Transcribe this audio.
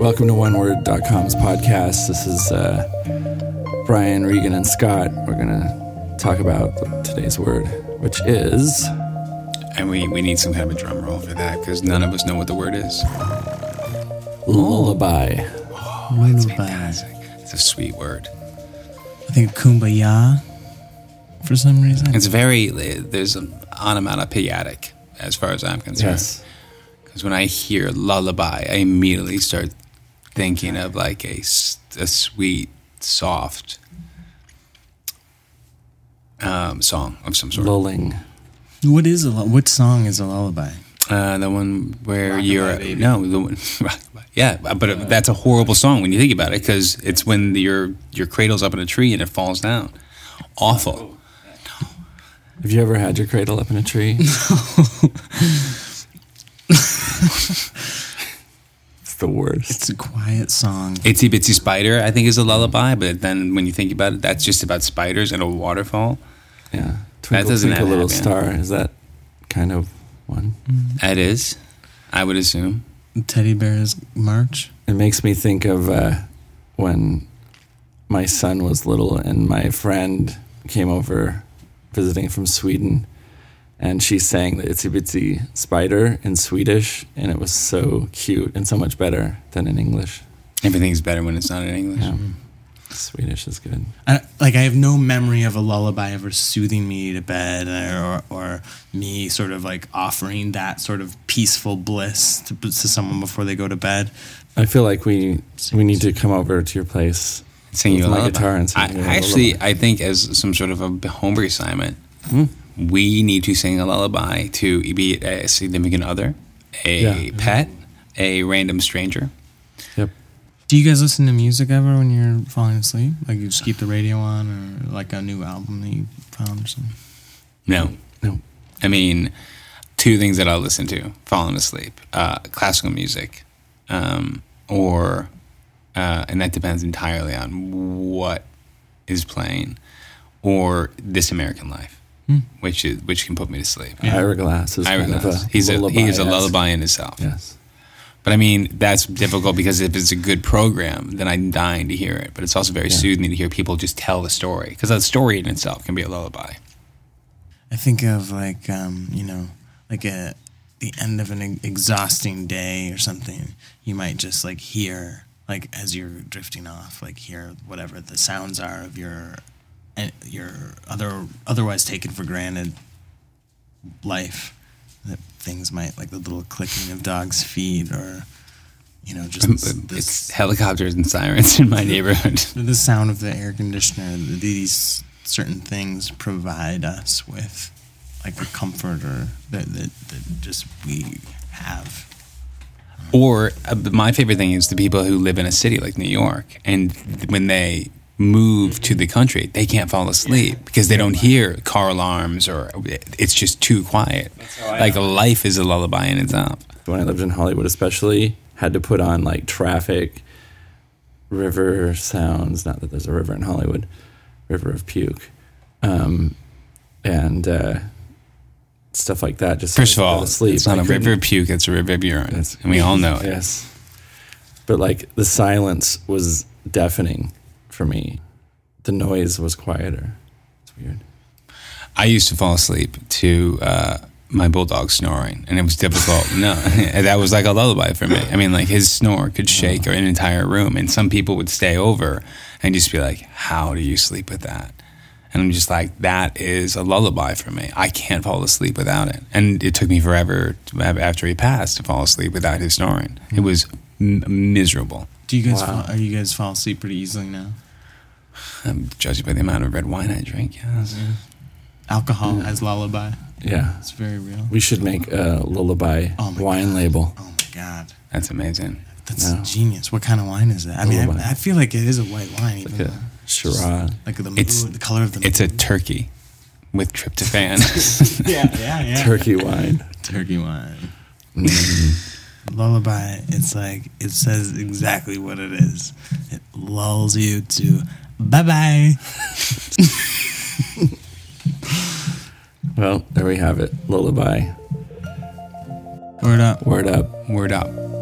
Welcome to OneWord.com's podcast. This is uh, Brian, Regan, and Scott. We're going to talk about today's word, which is. And we, we need some kind of a drum roll for that because none of us know what the word is. Lullaby. It's Lullaby. fantastic. It's a sweet word. I think of Kumbaya for some reason. It's very, there's an onomatopoeic as far as I'm concerned. Yes. Because when I hear lullaby, I immediately start thinking of like a, s- a sweet, soft um, song of some sort. Lulling. What is a lu- what song is a lullaby? Uh, the one where you're no, the one, Rockabye. yeah, but it- that's a horrible song when you think about it because it's when your your cradle's up in a tree and it falls down. Awful. Have you ever had your cradle up in a tree? it's the worst. It's a quiet song. Itsy Bitsy Spider, I think, is a lullaby, but then when you think about it, that's just about spiders and a waterfall. Yeah. Twinkle, doesn't twinkle, add little up, yeah. star. Is that kind of one? That is, I would assume. Teddy Bear's March. It makes me think of uh, when my son was little and my friend came over visiting from Sweden and she sang the Itsy Bitsy Spider in Swedish and it was so cute and so much better than in English. Everything's better when it's not in English. Yeah. Swedish is good. I, like I have no memory of a lullaby ever soothing me to bed, or, or me sort of like offering that sort of peaceful bliss to, to someone before they go to bed. I feel like we we need to come over to your place. Singing with a my lullaby. guitar and I, singing a actually, lullaby. I think as some sort of a homework assignment, Hmm. we need to sing a lullaby to be it a significant other, a Yeah. pet, a random stranger. Yep. Do you guys listen to music ever when you're falling asleep? Like you just keep the radio on, or like a new album that you found or something? No, No. I mean, two things that I'll listen to falling asleep: uh, classical music, um, or uh, and that depends entirely on what is playing, or This American Life, Hmm. which is which can put me to sleep. Ira Glass is Ira kind of Glass. a He's a, he is a lullaby-esque. lullaby in himself. Yes. But I mean, that's difficult because if it's a good program, then I'm dying to hear it. But it's also very soothing to hear people just tell the story because that story in itself can be a lullaby. I think of like um, you know, like a the end of an ex- exhausting day or something. You might just like hear like as you're drifting off, like hear whatever the sounds are of your and your other otherwise taken for granted life. That things might like the little clicking of dogs' feet or you know Um, just this, It's helicopters and sirens in my neighborhood. the sound of the air conditioner these certain things provide us with like a comfort or that, that, that just we have Or uh, my favorite thing is the people who live in a city like New York, and when they move to the country, they can't fall asleep because they don't hear car alarms or it's just too quiet. Like life is a lullaby in itself. when I lived in Hollywood, especially, had to put on like traffic, river sounds. Not that there's a river in Hollywood, river of puke, um, and uh, stuff like that. Just so First I of could go all, to sleep. it's not I a couldn't- river of puke; it's a river of urine, That's- and we all know it. Yes, but like the silence was deafening for me. The noise was quieter. It's weird. I used to fall asleep to uh, my bulldog snoring, and it was difficult. no, that was like a lullaby for me. I mean, like his snore could shake an entire room, and some people would stay over and just be like, "How do you sleep with that?" And I'm just like, "That is a lullaby for me. I can't fall asleep without it." And it took me forever to, after he passed to fall asleep without his snoring. Hmm. It was m- miserable. do you guys Wow. fall, are you guys fall asleep pretty easily now I'm judging by the amount of red wine I drink. Yes. alcohol as lullaby Yeah, it's very real we should make a lullaby Oh my wine God. label. oh my god That's amazing. that's No. genius what kind of wine is that i mean Lullaby. I, I feel like it is a white wine even Like a though. Shiraz. like the mood, It's- the color of the It's a mood. turkey with tryptophan. yeah yeah yeah turkey wine. turkey wine. Lullaby, it's like it says exactly what it is. It lulls you to bye bye. Well, there we have it. Lullaby. Word up. uh, Word up. Word up.